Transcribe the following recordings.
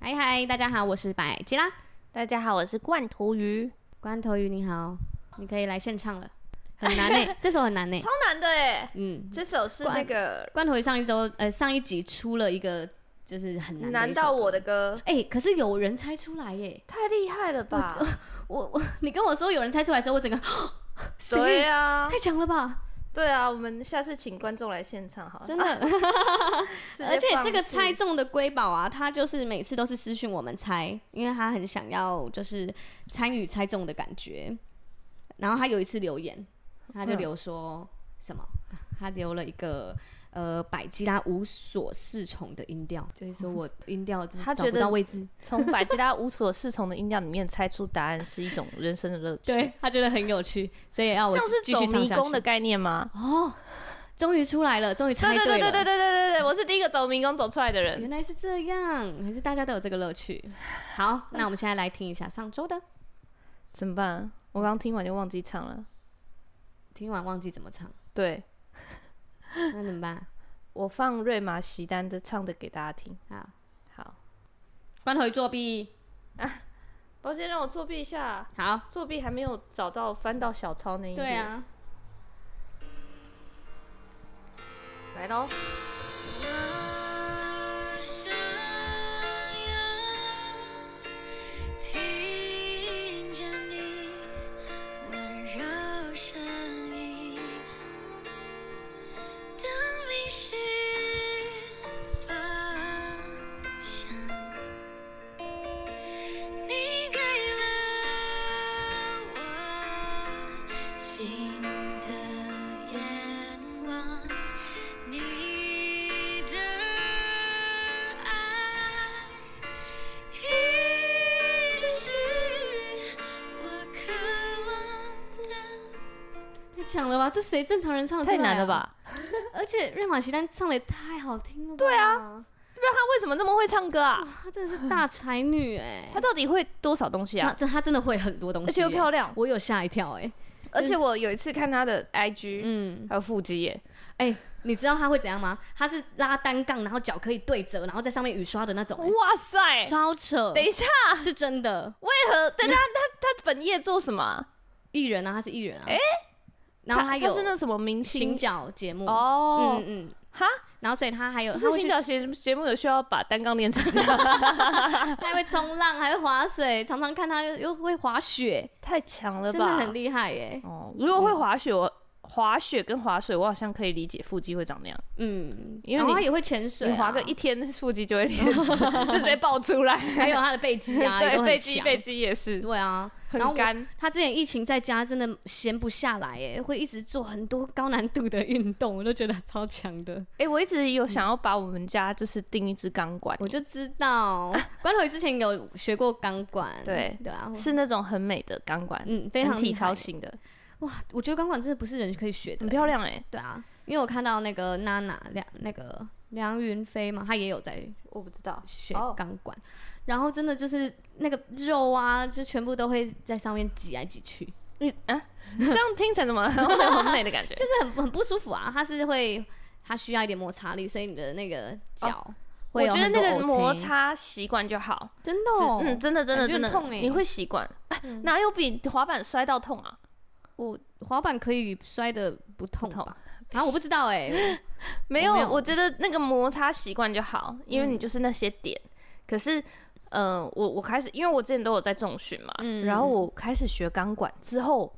嗨嗨，大家好，我是百吉拉，大家好，我是罐头鱼，关头鱼你好，你可以来献唱了，很难呢、 这首很难呢、超难的哎，嗯，这首是罐那个关头鱼上一周呃上一集出了一个就是很难的难一首到我歌的歌，哎、可是有人猜出来耶、太厉害了吧？我我你跟我说有人猜出来的时候，我整个 谁对啊，太强了吧，对啊，我们下次请观众来现场好了，真的。直接而且这个放弃猜中的瑰宝啊，他就是每次都是私讯我们猜，因为他很想要就是参与猜中的感觉。然后他有一次留言，他就嗯留说什么？他留了一个呃百基拉无所适从的音调，就是说我 音调怎么他找觉不得到位置，从百吉拉无所适从的音量里面猜出答案是一种人生的乐趣，，对他觉得很有趣，所以要我像是继走续唱迷下宫的去。概念吗？哦，终于出来了，终于猜对对了。对对对对对对，我是第一个走迷宫走出来的人。原来是这样，还是大家都有这个乐趣。好，那我们现在来听一下上周的，怎么办？我刚听完就忘记唱了。听完忘记怎么唱， 对那怎么办？我放瑞玛席丹的唱的给大家听。好，好，关头鱼作弊，保险让我作弊一下，好，作弊还没有找到翻到小抄那一页。对，啊，来喽，那想要听见你温柔声音，当你是方向，你给了我新的眼光。你的爱一直是我渴望的。太强了吧？这谁正常人唱得出来、啊太难了？吧？而且瑞玛席丹唱的也太好听了吧？对啊，不知道他为什么这么会唱歌啊？她真的是大才女哎、他到底会多少东西她啊？这她真的会很多东西、而且又漂亮，亮，我有吓一跳哎、而且我有一次看他的 IG，嗯，还有腹肌耶，哎、你知道她会怎样吗？她是拉单杠，然后脚可以对折，然后在上面雨刷的那种、哎哇塞！超扯，等一下，是真的。为何？等一下他他他本业做什么啊？艺人啊，他是艺人啊。然后他有他是那什么明行星脚节目，哦嗯，嗯，哈，然后所以他还有不他是会去，行脚节节目有需要把单杠练成这样， 他还会冲浪，还会划水，常常看他又又会滑雪，太强了真吧？的很厉害耶。哦，如果会滑雪，我滑雪跟滑水，我好像可以理解腹肌会长那样，嗯，因为然后你他也会潜水啊，你滑个一天腹肌就会练，就直接 爆出 来。还 有他的背肌啊，也对，都很背肌强背肌也是对啊，然后很我干，他之前疫情在家真的闲不下来，耶，会一直做很多高难度的运动，我都觉得超强的。哎、我一直有想要把我们家就是订一支钢管，我就知 道，关头鱼之前有学过钢管，对对啊，是那种很美的钢管，嗯，非常很体厉害操型的，哇，我觉得钢管真的不是人可以学的、很漂。亮哎、对啊，因为我看到那个娜娜梁那个梁云飞嘛，他也有在我不知道，学哦钢管，然后真的就是那个肉啊，就全部都会在上面挤来挤去，就你啊，这样听起来怎么 很美很美的感觉？是很很不舒服啊。它是会，它需要一点摩擦力，所以你的那个脚会 哦有我觉得很那多 O C、个摩擦习惯就好，真的、只哦，嗯，真的真的感觉很真的，痛欸你会习惯。哎 哪有比滑板摔到痛啊？我滑板可以摔的不痛痛吧？啊，我不知道哎、没有嗯有，我觉得那个摩擦习惯就好，因为你就是那些点。可是，嗯、我我开始，因为我之前都有在重训嘛，嗯然后我开始学钢管之后，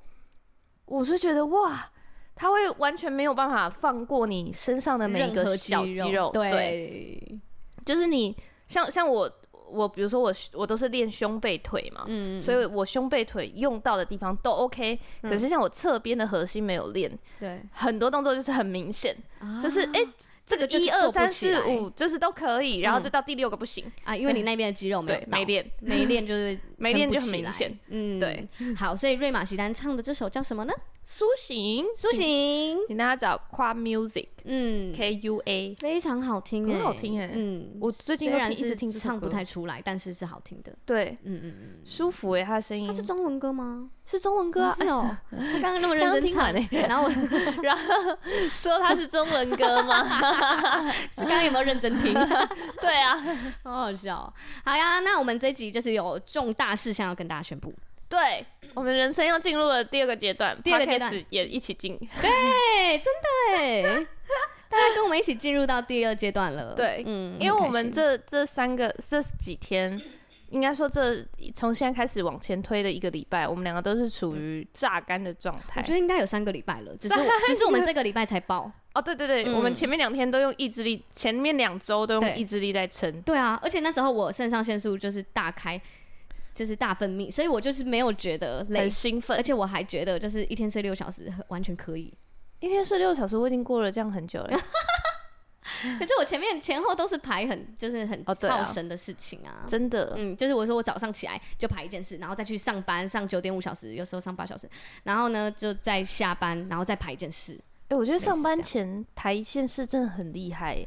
我就觉得哇，它会完全没有办法放过你身上的 每一任个何小肌肌肉，对，对，就是你像像我我比如说我我都是练胸背腿嘛，嗯，所以我胸背腿用到的地方都 OK，、可是像我侧边的核心没有练，对，很多动作就是很明显，啊就是哎、这个就是一做二不三起四来五就是都可以，然后嗯就到第六个不行，啊，因为你那边的肌肉没有对，没到练。 没练就是没撑练不就很起明来显嗯，对。好，所以瑞玛席丹唱的这首叫什么呢？苏醒，苏醒，你让他找 Qua Music 嗯， K U A，非常好听、欸，很好听哎嗯，我最虽近都听然一直是听这首唱不歌太出来，但是是好听的。对，嗯嗯舒服哎，他的声嗯，音它是中文歌吗？是中文歌啊，是哦，他刚刚那么认哎刚刚真听 唱完，欸然后我 然后说它是中文歌吗？刚刚有没有认真 听？对啊，好好笑哦、好呀，那我们这集就是有重大事项要跟大家 宣布。对我们人生要进入了第二个阶段，第二个阶 podcast 段也一起进。对，真的哎，大家跟我们一起进入到第二阶段了。对嗯因为很开我们心这这三个这几天，应该说这从现在开始往前推的一个礼拜，我们两个都是处嗯于榨干的状我态觉。得应该有三个礼拜了，只是我只是我们这个礼拜才报。哦，对对对，嗯我们前面两天都用意志力，前面两周都对用意志力在撑。对啊，而且那时候我肾上腺素就是大开，就是大分泌，所以我就是没有觉得累很，兴奋而，且我还觉得就是一天睡六小时完全可 以。一天睡六小时，我已经过了这样很久 了，可是我前面前后都是排很就是很哦对啊耗神的事情啊。真的。嗯，就是我说我早上起来就排一件事，然后再去上班，上九点五小时，有时候上八小时，然后呢就再下班，然后再排一件事。哎，我觉得类似上班这样前排一件事真的很厉害耶，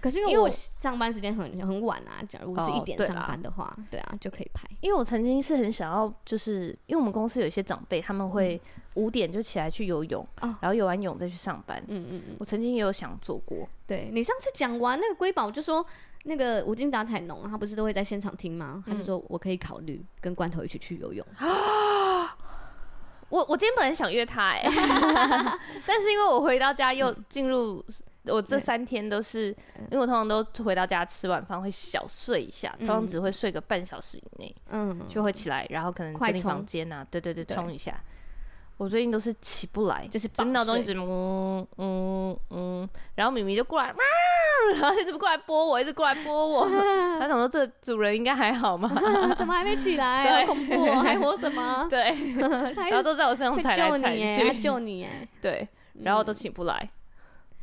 可是因因为为我我上班时间很很晚啊，假如我是一哦点对上啦班的话，对啊就可以排。因为我曾经是很想要，就是因为我们公司有一些长辈，他们会五点就起来去游泳，嗯哦然后游完泳再去上班。嗯嗯嗯，我曾经也有想做过，对你上次讲完那个瑰宝就说。那个无精打采农，他不是都会在现场听吗？他就说我可以考虑跟罐头一起去游泳。我我今天本来想约他 哎、但是因为我回到家嗯又进入、我这三天都是，因为我通常都回到家吃晚饭会小睡一下，通常只会睡个半小时以内、嗯，就会起来，然后可能快整理冲房间啊，对对对，对冲一下。我最近都是起不来，就是就闹钟一直嗯嗯嗯，然后米米就过来，喵然后一直过来拨我，一直过来 拨我。他想说这个主人应该还好嘛，啊怎么还没起 来？好对恐怖、哦，还活着 吗？对，然然后都在我身上会踩救来你踩耶，去他， 救你耶。 嗯对，然后我都起不来，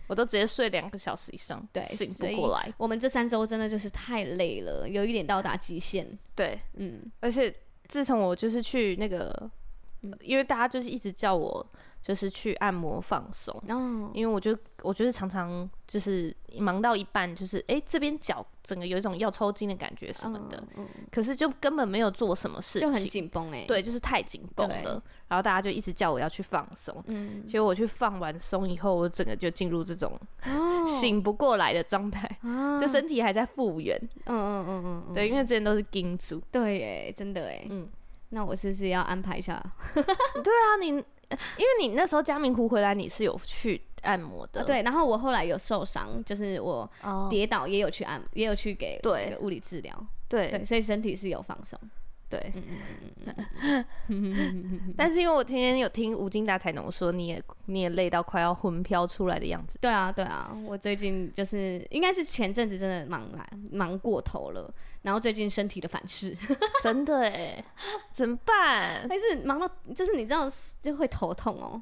我都直接睡两个小时以上，对醒所以不过来，我们这三周真的就是太累了，有一点到达极限。对，嗯，而且自从我就是去那个，因为大家就是一直叫我就是去按摩放松，然后因为我就我就是常常就是忙到一半，就是哎、诶这边脚整个有一种要抽筋的感觉什么的，嗯可是就根本没有做什么事就很情，紧绷哎。对，，就是太紧绷对了，然后大家就一直叫我要去放松。嗯，结果我去放完松以后，我整个就进入这种哦，醒不过来的状态，啊，就身体还在复原。嗯嗯嗯嗯嗯，对，因为之前都是盯住。对耶，真的哎。嗯，那我是不是要安排一下？对啊，你因为你那时候嘉明湖回来，你是有去按摩的，啊，对，然后我后来有受伤，就是我哦，跌倒也有去按，也有去给对那个物理治疗，对嗯对，所以身体是有放松。对。嗯 但是因为我天天有听吴京大彩农说，你也你也累到快要魂飘出来的样子。对啊，对啊，我最近就是应该是前阵子真的忙来忙过头了，然后最近身体的反 噬， 真的哎，怎么办？还是忙到就是你知道就会头痛哦，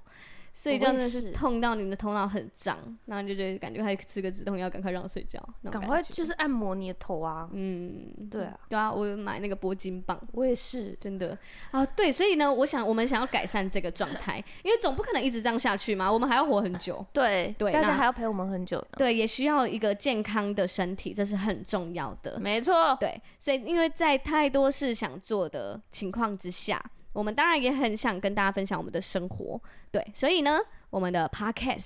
所以我也真的是是痛到你的头脑很胀，然后你就觉得感觉还吃个止痛药，赶快让我睡觉，那种赶快感觉就是按摩你的头啊！嗯，对啊，对啊，我有买那个铂金棒。我也是，真的啊，对，所以呢，我想我们想要改善这个状态，因为总不可能一直这样下去嘛，我们还要活很久。对对大那家还要陪我们很久呢。对，也需要一个健康的身体，这是很重要的。没错，对，所以因为在太多事想做的情况之下，我们当然也很想跟大家分享我们的生活。对，所以呢，我们的 podcast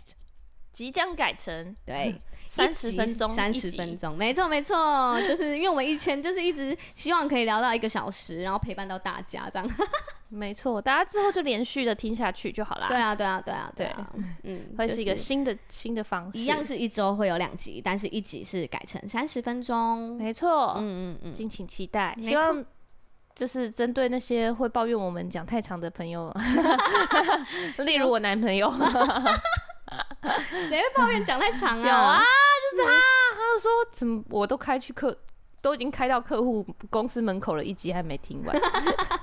即将改成 对三十分钟，三一十集分钟，没错没错，就是因为我们以前就是一直希望可以聊到一个小时，然后陪伴到大家 这样。没错，大家之后就连续的听下去就好啦。对，啊对啊对啊啊，嗯，会就是一个新的新的方式，一样，是一周会有两集，但是一集是改成三十分钟。没错，嗯嗯嗯，敬请期待。没错希望就是针对那些会抱怨我们讲太长的朋 友，例如我男朋友，谁会抱怨讲太长啊？有啊，就是他，他就说怎么我都开去客。都已经开到客户公司门口了，一集还没听完。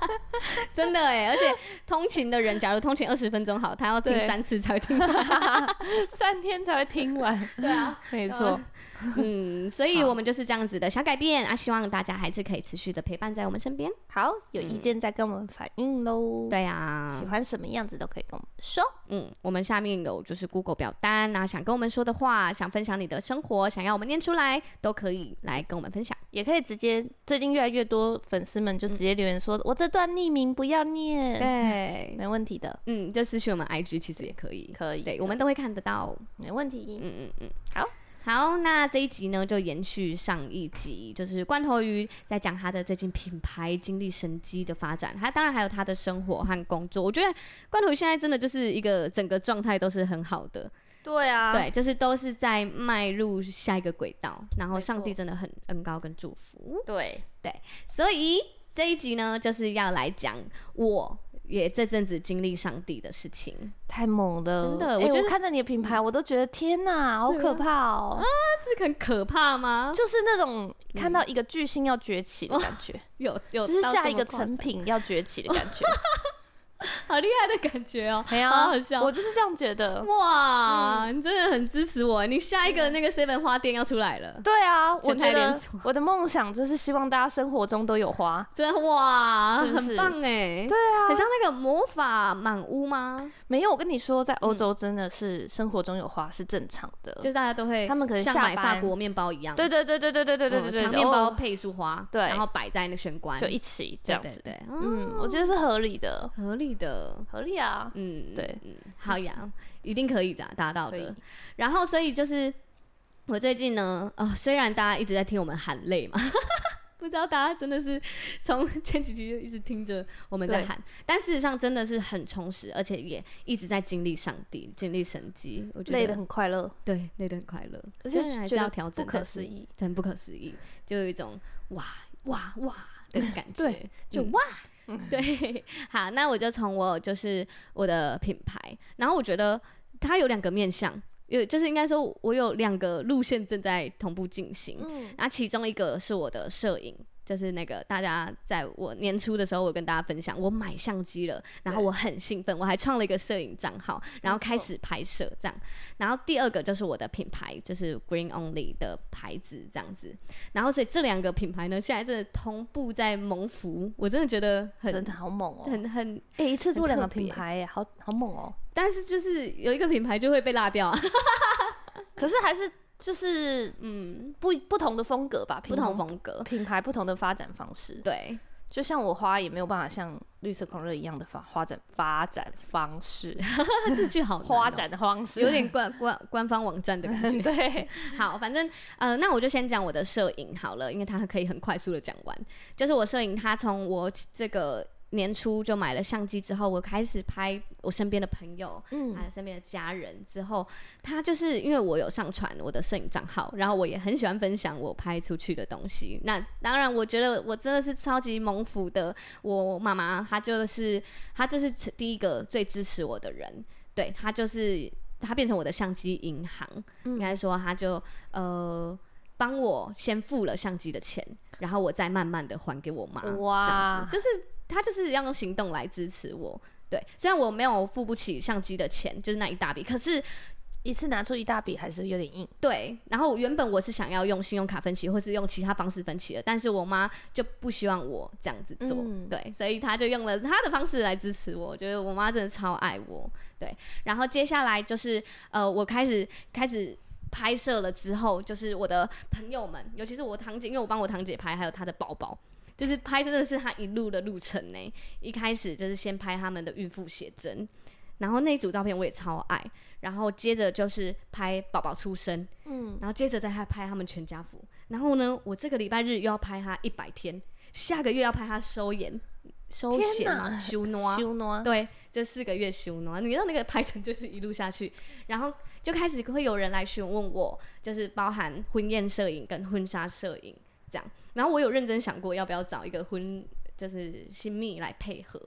真的哎，而且通勤的人，假如通勤二十分钟好，他要听对三次才会听完。 三天才会听完。对啊，没错嗯。 嗯，所以我们就是这样子的小改变啊，希望大家还是可以持续的陪伴在我们身边。好，有意见再跟我们反映喽。对啊喜，欢什么样子都可以跟我们说。嗯，我们下面有就是 Google 表单，然后想跟我们说的话，想分享你的生活，想要我们念出来，都可以来跟我们分享。也可以直接，最近越来越多粉丝们就直接留言说：“我这段匿名不要念，嗯对，没问题的，嗯，就私讯我们 IG 其实也可以，可以对，我们都会看得到。没问题。嗯嗯嗯，好。好，那这一集呢，就延续上一集，就是罐头鱼在讲他的最近品牌经历、神机的发展，他当然还有他的生活和工作。我觉得罐头鱼现在真的就是一个整个状态都是很好的，”对啊，对，就是都是在迈入下一个轨道，然后没上帝错真的很恩高跟祝福，对，所以这一集呢，就是要来讲我也这阵子经历上帝的事情。太猛了，真的哎我觉得嗯看着你的品牌，我都觉得天哪，好对啊嗯可怕哦！是很可怕吗？就是那种看到一个巨星要崛起的感觉，有有，就是下一个成，品要崛起的感 觉。好厉害的感觉哦、没有好好笑我就是这样觉得。哇，你真的很支持我，你下一个那个 seven 花店要出来了，对啊，我全觉台连得我的梦想就是希望大家生活中都 有花。真的哇，是不是很棒哎，对啊，很像那个魔法满屋吗？没有，我跟你说，在欧洲真的是生活中有花是正常的。嗯就是大家都会，他们可能像下买法班国面包一样，对对对对对对对对对对，长嗯面包哦配一束花，对然后摆在那个玄关，就一起这样子。对，对对嗯，我觉得是合理的，合理的。合理啊。嗯，对嗯，好呀，一定可以的，达到可的以。然后，所以就是我最近呢，啊、虽然大家一直在听我们喊累嘛， 不知道大家真的是从前几集就一直听着我们在对喊，但事实上真的是很充实，而且也一直在经历上帝、经历神迹。我觉得累得很快乐，对，累得很快乐，而虽然且还觉是得要调不整，可但是思议。很不可思议，就有一种哇哇哇的感觉，对，就嗯 哇，对，好，那我就从我就是我的品牌，然后我觉得它有两个面向，有就是应该说我有两个路线正在同步进行，嗯，那其中一个是我的摄影。就是那个大家在我年初的时候，我跟大家分享，我买相机了，然后对我很兴奋，我还创了一个摄影账号，然后开错始拍摄这样。然后第二个就是我的品牌，就是 Green Only 的牌子这样子。然后所以这两个品牌呢，现在真的同步在蒙福，我真的觉得很真的好猛哦！很很，哎，一次做很两特个品别嗯牌耶，好好猛哦。但是就是有一个品牌就会被落掉啊。可是还是就是嗯，不不同的风格吧，不同风格。品牌不同的发展方式。 对，就像我花也没有办法像绿色狂热一样的发发展发展方 式，这句好难哦发展的方式有点 官官官方网站的感 觉。 对，好，反正呃，那我就先讲我的摄影好了，因为它可以很快速的讲完。就是我摄影，它从我这个年初就买了相机之后，我开始拍我身边的朋友，嗯还，有身边的家人之后，他就是因为我有上传我的摄影账号，然后我也很喜欢分享我拍出去的东西。那当然，我觉得我真的是超级蒙福的。我妈妈她就是她就是第一个最支持我的人，对她就是她变成我的相机银行，嗯应该说她就呃帮我先付了相机的钱，然后我再慢慢的还给我妈。这样哇子，，啊就是他就是要用行动来支持我。对，虽然我没有付不起相机的钱，就是那一大笔，可是一次拿出一大笔还是有点硬，对，然后原本我是想要用信用卡分期，或是用其他方式分期的，但是我妈就不希望我这样子做，嗯对，所以她就用了她的方式来支持我。我觉得我妈真的超爱我，对。然后接下来就是呃，我开始开始拍摄了之后，就是我的朋友们，尤其是我堂姐，因为我帮我堂姐拍，还有她的宝宝。就是拍真的是她一路的路程呢，一开始就是先拍他们的孕妇写真，然后那一组照片我也超爱，然后接着就是拍宝宝出生，嗯，然后接着再拍拍他们全家福。然后呢，我这个礼拜日又要拍他一百天，下个月要拍他收眼、收天险哪 嘛、修诺。修诺，对，这四个月修诺，你知道那个排程就是一路下去，然后就开始会有人来询问我，就是包含婚宴摄影跟婚纱摄影这样。然后我有认真想过要不要找一个婚，就是新密来配合，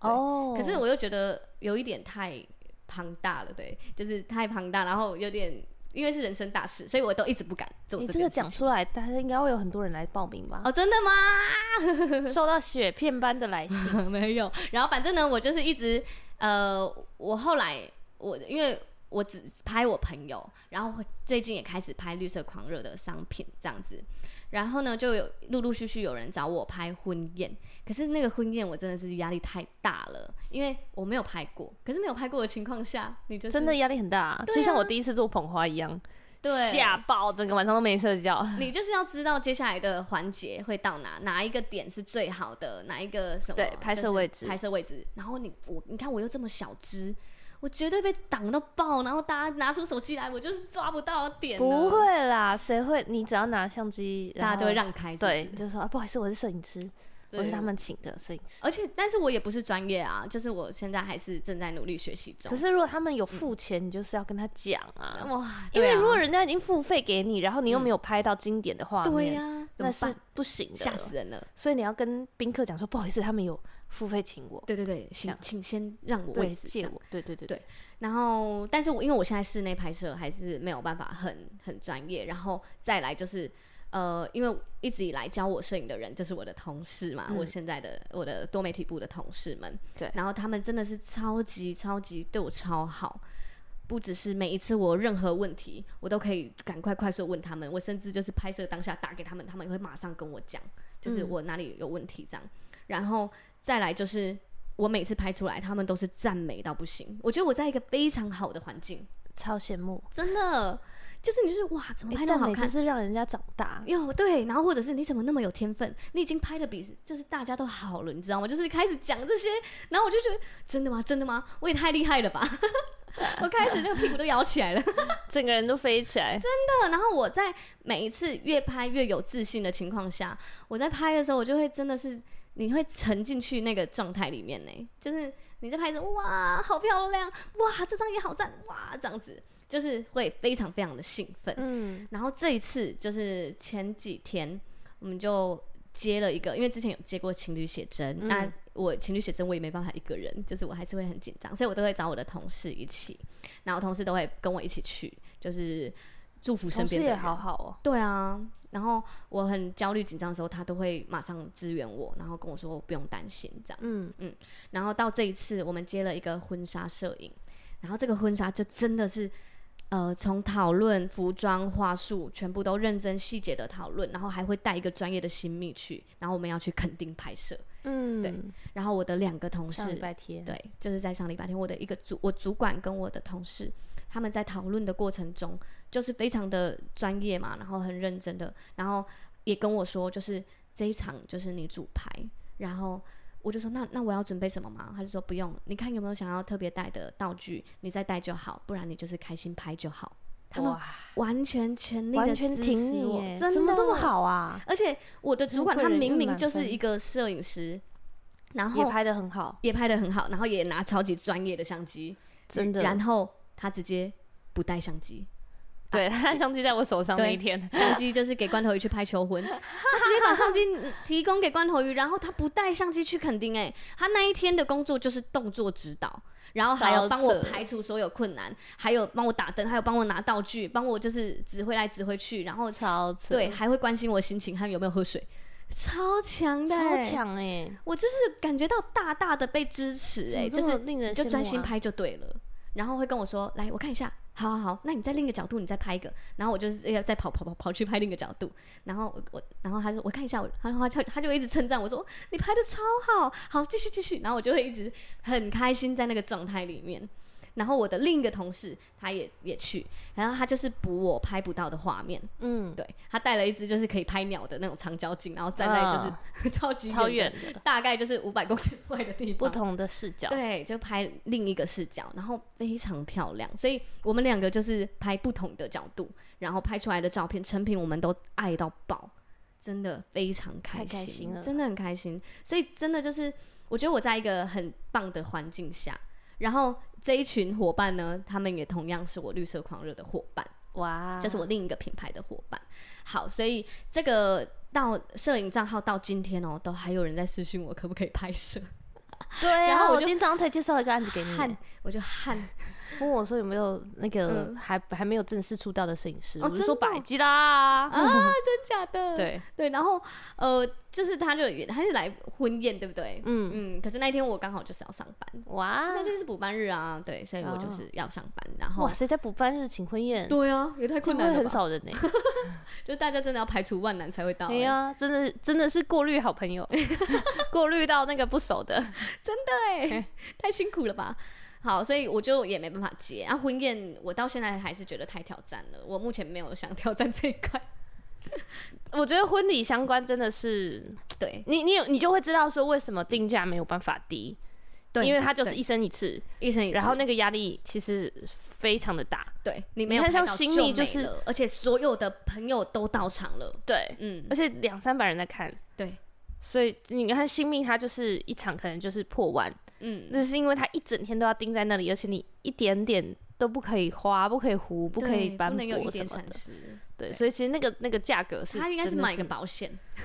哦，可是我又觉得有一点太庞大了，对，就是太庞大，然后有点因为是人生大事，所以我都一直不敢做你这这件个事情讲。出来，大家应该会有很多人来报名吧？哦，真的吗？ 哦 收到雪片般的来信，没有。然后反正呢，我就是一直呃，我后来我因为我只拍我朋友，然后会最近也开始拍绿色狂热的商品这样子，然后呢就有陆陆续续有人找我拍婚宴，可是那个婚宴我真的是压力太大了，因为我没有拍过，可是没有拍过的情况下，你就是啊真的压力很大、啊就像我第一次做捧花一样，对吓爆，整个晚上都没 睡觉。你就是要知道接下来的环节会到哪，哪一个点是最好的，哪一个什么对拍摄位置就是拍摄位置。然后你我你看我又这么小只，我绝对被挡到爆，然后大家拿出手机来，我就是抓不到点了，不会啊啦，谁会？你只要拿相机，然大家就会后让开是不是对，就说、啊、不好意思，我是摄影师，对我是他们请的摄影师。而且，但是我也不是专业啊，就是我现在还是正在努力学习中可。是如果他们有付钱，你就是要跟他讲啊，哇，因对为啊如果人家已经付费给你，然后你又没有拍到经典的画面，对呀、怎啊那么是呃办不行的，吓死人了。所以你要跟宾客讲说，不好意思，他们有付费请我，对对对，请样请先让我对，位置这借样我，对对对对然后，但是我因为我现在室内拍摄还是没有办法很很专业，然后再来就是。呃，因为一直以来教我摄影的人就是我的同事嘛，嗯我现在的我的多媒体部的同事们，对然后他们真的是超级超级对我超好，不只是每一次我任何问题，我都可以赶快快速问他们，我甚至就是拍摄当下打给他们，他们也会马上跟我讲，就是嗯我哪里有问题这样，然后再来就是我每次拍出来，他们都是赞美到不行。我觉得我在一个非常好的环境，超羡慕，真的就是你就是哇，怎么诶拍那哎赞么好美看就？是让人家长大，哟、对，然后或者是你怎么那么有天分？你已经拍的比就是大家都好了，你知道吗？就是开始讲这些，然后我就觉得真的吗？真的吗？我也太厉害了吧！ 我开始那个屁股都摇起来了， 整个人都飞起来，真的。然后我在每一次越拍越有自信的情况下，我在拍的时候，我就会真的是你会沉进去那个状态里面呢，就是你在拍的时候，哇，好漂亮，哇，这张也好赞，哇，这样子就是会非常非常的兴奋。嗯，然后这一次就是前几天，我们就接了一个，因为之前有接过情侣写真，嗯那我情侣写真我也没办法一个人，就是我还是会很紧张，所以我都会找我的同事一起，然后同事都会跟我一起去，就是祝福身同事边的也人。好好哦，对啊，然后我很焦虑紧张的时候，他都会马上支援我，然后跟我说不用担心这样。嗯，然后到这一次，我们接了一个婚纱摄影，然后这个婚纱就真的是，呃，从讨论服装、话术，全部都认真细节的讨论，然后还会带一个专业的新密去，然后我们要去垦丁拍摄。嗯，对，然后我的两个同上事礼，拜天，对，就是在上礼拜天，我的一个主，我主管跟我的同事，他们在讨论的过程中，就是非常的专业嘛，然后很认真的，然后也跟我说，就是这一场就是你主排，然后我就说那那我要准备什么吗？他就说不用，你看有没有想要特别带的道具，你再带就好，不然你就是开心拍就好。他们哇，完全全力完的全支挺持你我耶，，真怎么的这么。好啊？而且我的真主的管贵他人明运明满就是分一个摄影师，然后也拍的很好， 也拍的很好，然后也拿超级专业的相机，真的。然后他直接不带相机，对，他相机在我手上那对一 天，相机就是给罐头鱼去拍求婚，他直接把相机提供给罐头鱼，然后他不带相机去垦丁、哎，他那一天的工作就是动作指导。然后还超有帮我扯排除所有困难，还有帮我打灯，还有帮我拿道具，帮我就是指挥来指挥去，然后超扯对还会关心我心情，还有没有喝水，超强的、超哎！强哎，我就是感觉到大大的被支持、哎，怎就么是这么令人你就羡慕专心啊，拍就对了。然后会跟我说：“来，我看一下，好好好，那你在另一个角度，你再拍一个。”然后我就是要再跑跑跑跑去拍另一个角度。然后我我，然后他说：“我看一下。”我，然后他就他就一直称赞我说：“你拍的超好，好，继续继续。”然后我就会一直很开心在那个状态里面。然后我的另一个同事他也也去，然后他就是补我拍不到的画面，嗯，对他带了一只就是可以拍鸟的那种长焦镜，然后站在就是、啊 超级超远远的，的，大概就是五百公尺外的地不方。同的视角，对，就拍另一个视角，然后非常漂亮，所以我们两个就是拍不同的角度，然后拍出来的照片成品我们都爱到爆，真的非常开太开心了真的很开心。所以真的就是，我觉得我在一个很棒的环境下，然后这一群伙伴呢，他们也同样是我绿色狂热的伙伴。哇，就是我另一个品牌的伙伴。好，所以这个到摄影账号到今天哦，都还有人在私讯我可不可以拍摄， 对啊，然后我我就嗯今天早上才介绍了一个案子给你，汗我就汗问我说有没有那个嗯还还没有正式出道的摄影师，哦我就真说的哦百吉啦， 嗯啊，真假的？对，对，然后呃，就是他就也他是来婚宴，对不对？嗯，嗯，可是那一天我刚好就是要上班，哇那天是补班日啊，对，所以我就是要上班，然后哇，谁在补办日请婚宴？对啊，也太会困不难了会很吧，少人 呢、就大家真的要排除万难才会到、对欸呀、真的真的是过滤好朋 友，过滤到那个不熟的。对， 太辛苦了吧？好，所以我就也没办法接啊。婚宴我到现在还是觉得太挑战了，我目前没有想挑战这一 块。我觉得婚礼相关真的是，对，你你有你就会知道说为什么定价没有办法低，对，因为它就是对一生一次，一生一次，然后那个压力其实非常的大。对你没有看拍像到新就密就没是了而且所有的朋友都到场了，对，嗯，而且两三百人在看，对，所以你看新密他就是一场可能就是破万，嗯，那是因为他一整天都要盯在那里，而且你一点点都不可以花，不可以糊，不可对以不斑能有一驳什点么闪的。失。对，所以其实那个那个价格是他应该是真的买一个保险，买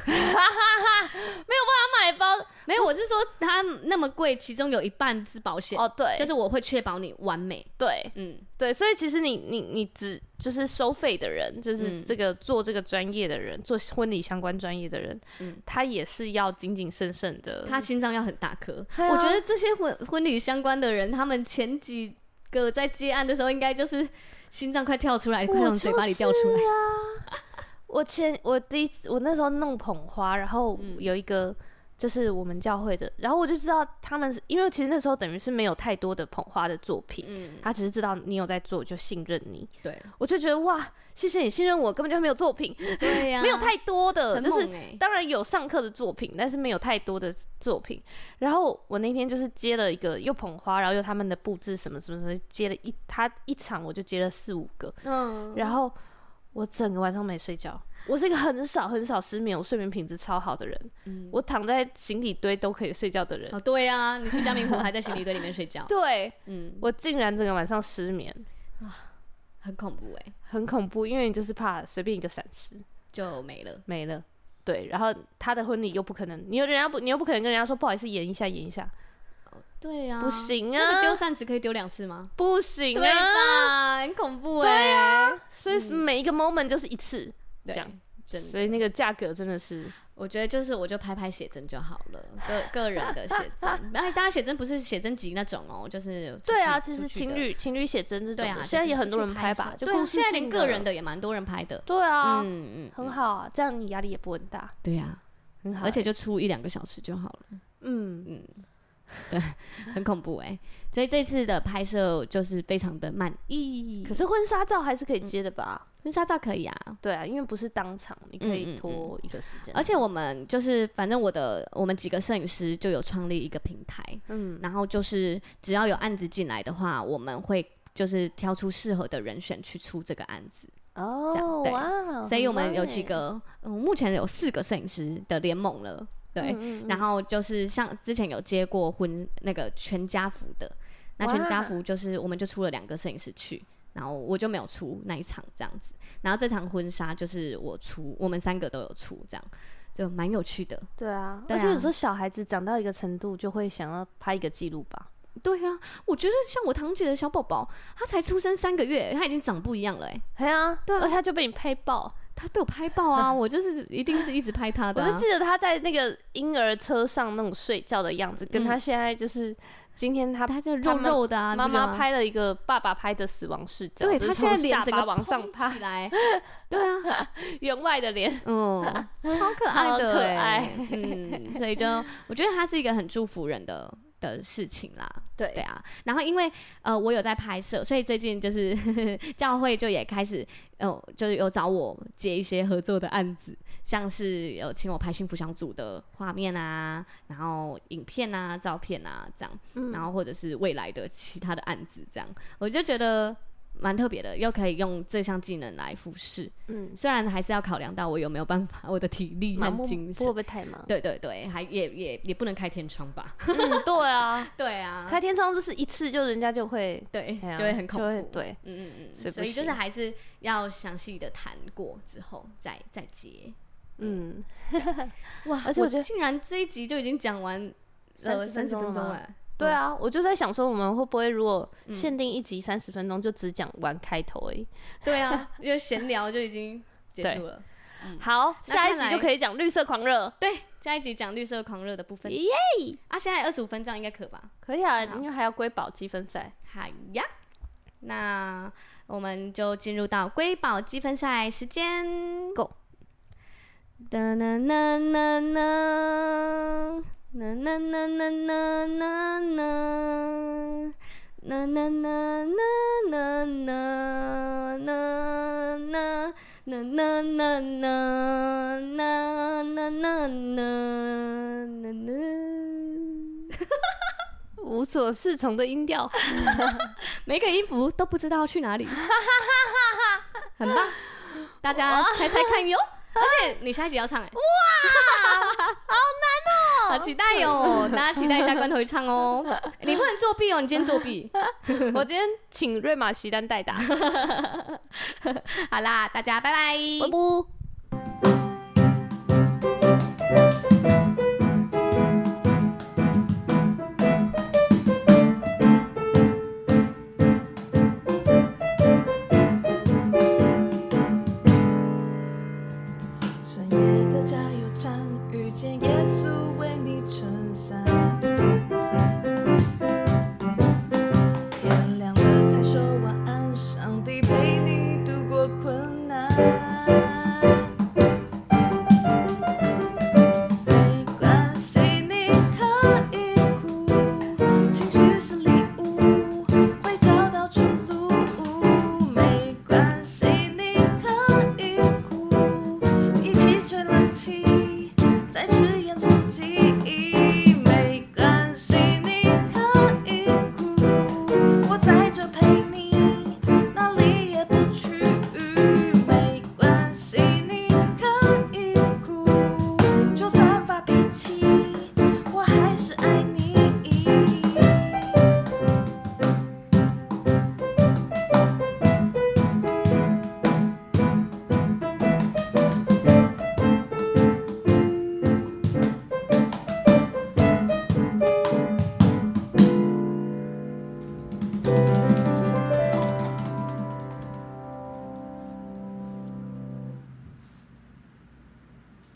包没有，我是说他那么贵，其中有一半是保险，哦，对，就是我会确保你完美，对嗯，对，所以其实你你你只就是收费的人，就是嗯这个做这个专业的人，做婚礼相关专业的人，嗯他也是要谨谨慎慎的。他心脏要很大颗。对啊我觉得这些婚婚礼相关的人，他们前几个在接案的时候，应该就是心脏快跳出来，快从嘴巴里掉出啊来。我前我第一次我那时候弄捧花，然后嗯有一个就是我们教会的，然后我就知道他们是，因为其实那时候等于是没有太多的捧花的作品，嗯，他只是知道你有在做，就信任你。对，我就觉得哇，谢谢你信任我，根本就没有作品，对呀、啊 没有太多的，很就是猛欸当然有上课的作品，但是没有太多的作品。然后我那天就是接了一个又捧花，然后又他们的布置什么什么什么，接了一他一场我就接了四五个，嗯，然后我整个晚上没睡觉。我是一个很少很少失眠，我睡眠品质超好的人，嗯我躺在行李堆都可以睡觉的人。，哦，对呀、你去嘉明湖还在行李堆里面睡觉 对嗯，我竟然整个晚上失眠，很恐怖哎、很恐怖，因为你就是怕随便一个闪失。就没了。没了。对，然后他的婚礼又不可能，你又人家不，你又不可能跟人家说不好意思演一下演一下，对呀、不行那啊个，丢扇子可以丢两次吗？不行对啊，吧？很恐怖哎、对啊，所以每一个 moment 就是一次，这样真的所以那个价格真的是我觉得就是我就拍拍写真就好了， 个个人的写真。然后大家写真不是写真集那种哦，就是出对啊，去其出实去情的侣情侣写真这种对啊，的，就是现在也很多出去人拍摄吧，就对啊故事现在连性个人，的也蛮多人拍的。对啊，嗯嗯，很好啊，这样你压力也不会很大，对呀，很好欸，而且就出一两个小时就好了， 嗯，很恐怖哎。所以这次的拍摄就是非常的满意。可是婚纱照还是可以接的吧？婚纱照可以啊，嗯对啊，因为不是当场，你可嗯嗯以嗯拖一个时间，而且我们就是反正我的我们几个摄影师就有创立一个平台，嗯然后就是只要有案子进来的话，我们会就是挑出适合的人选去出这个案子。这样哦对哇，所以我们很有棒几欸，个，嗯，目前有四个摄影师的联盟了，对。嗯嗯然后就是像之前有接过婚那个全家福的，那全家哇福就是我们就出了两个摄影师去。然后我就没有出那一场这样子，然后这场婚纱就是我出，我们三个都有出，这样就蛮有趣的。对啊，对而且啊有时候小孩子长到一个程度，就会想要拍一个记录吧。对啊，我觉得像我堂姐的小宝宝，他才出生三个月，他已经长不一样了、欸，对啊，对啊而且他就被你拍爆。他被我拍爆 啊！我就是一定是一直拍他我的、就啊。记得他在那个婴儿车上那种睡觉的样子，跟他嗯现在就是今天他他这他肉们肉的啊，你妈不觉得妈吗，拍了一个爸爸拍的死亡视角，对就他是现在从脸下整巴个往上蓬爬起，来，对啊，员外的脸。 嗯，超可爱的、欸，好可爱嗯，所以 就我觉得他是一个很祝福人的的事情啦。 对对啊，然后因为呃我有在拍摄，所以最近就是 教会就也开始呃就是有找我接一些合作的案子，像是有请我拍幸福小组的画面啊，然后影片啊、照片啊这样，嗯然后或者是未来的其他的案子这样，我就觉得。蛮特别的，又可以用这项技能来服侍， 嗯，虽然还是要考量到我有没有办法，我的体力盲和目精不会神不。会太 忙？对对对，还也也也不能开天窗吧？嗯， 对 啊，对啊，开天窗就是一次，就人家就会对，啊哎呀就会很恐就会怖。对嗯嗯所嗯，以不所以就是行还是要详细的谈过之后再再接。嗯，哇，而且我觉得竟然这一集就已经讲完呃30分30钟了分钟吗哎，对嗯啊，我就在想说，我们会不会如果限定一集三十分钟，就只讲完开头而已？对 啊，因为闲聊就已经结束了。好，那下一看集来就可以讲绿色狂热。对，下一集讲绿色狂热的部分耶！啊，现在二十五分这样应该可吧？可以啊，好因为还要瑰宝积分赛。好呀，那我们就进入到瑰宝积分赛时间，Go！哒啦啦啦啦，啦啦啦啦啦啦啦。啦啦啦啦啦啦啦啦啦啦啦啦啦啦啦啦啦。无所适从的音调，每个音符都不知道去哪里，很棒，大家猜猜看哟！而且你下一集要唱哎、哇，好难哦、好期待哟、大家期待一下关头一唱哦、你不能作弊哦、你今天作弊。 我今天请瑞玛席丹代 打。好啦，大家拜拜。不。深夜的加油站，遇见耶稣为你撑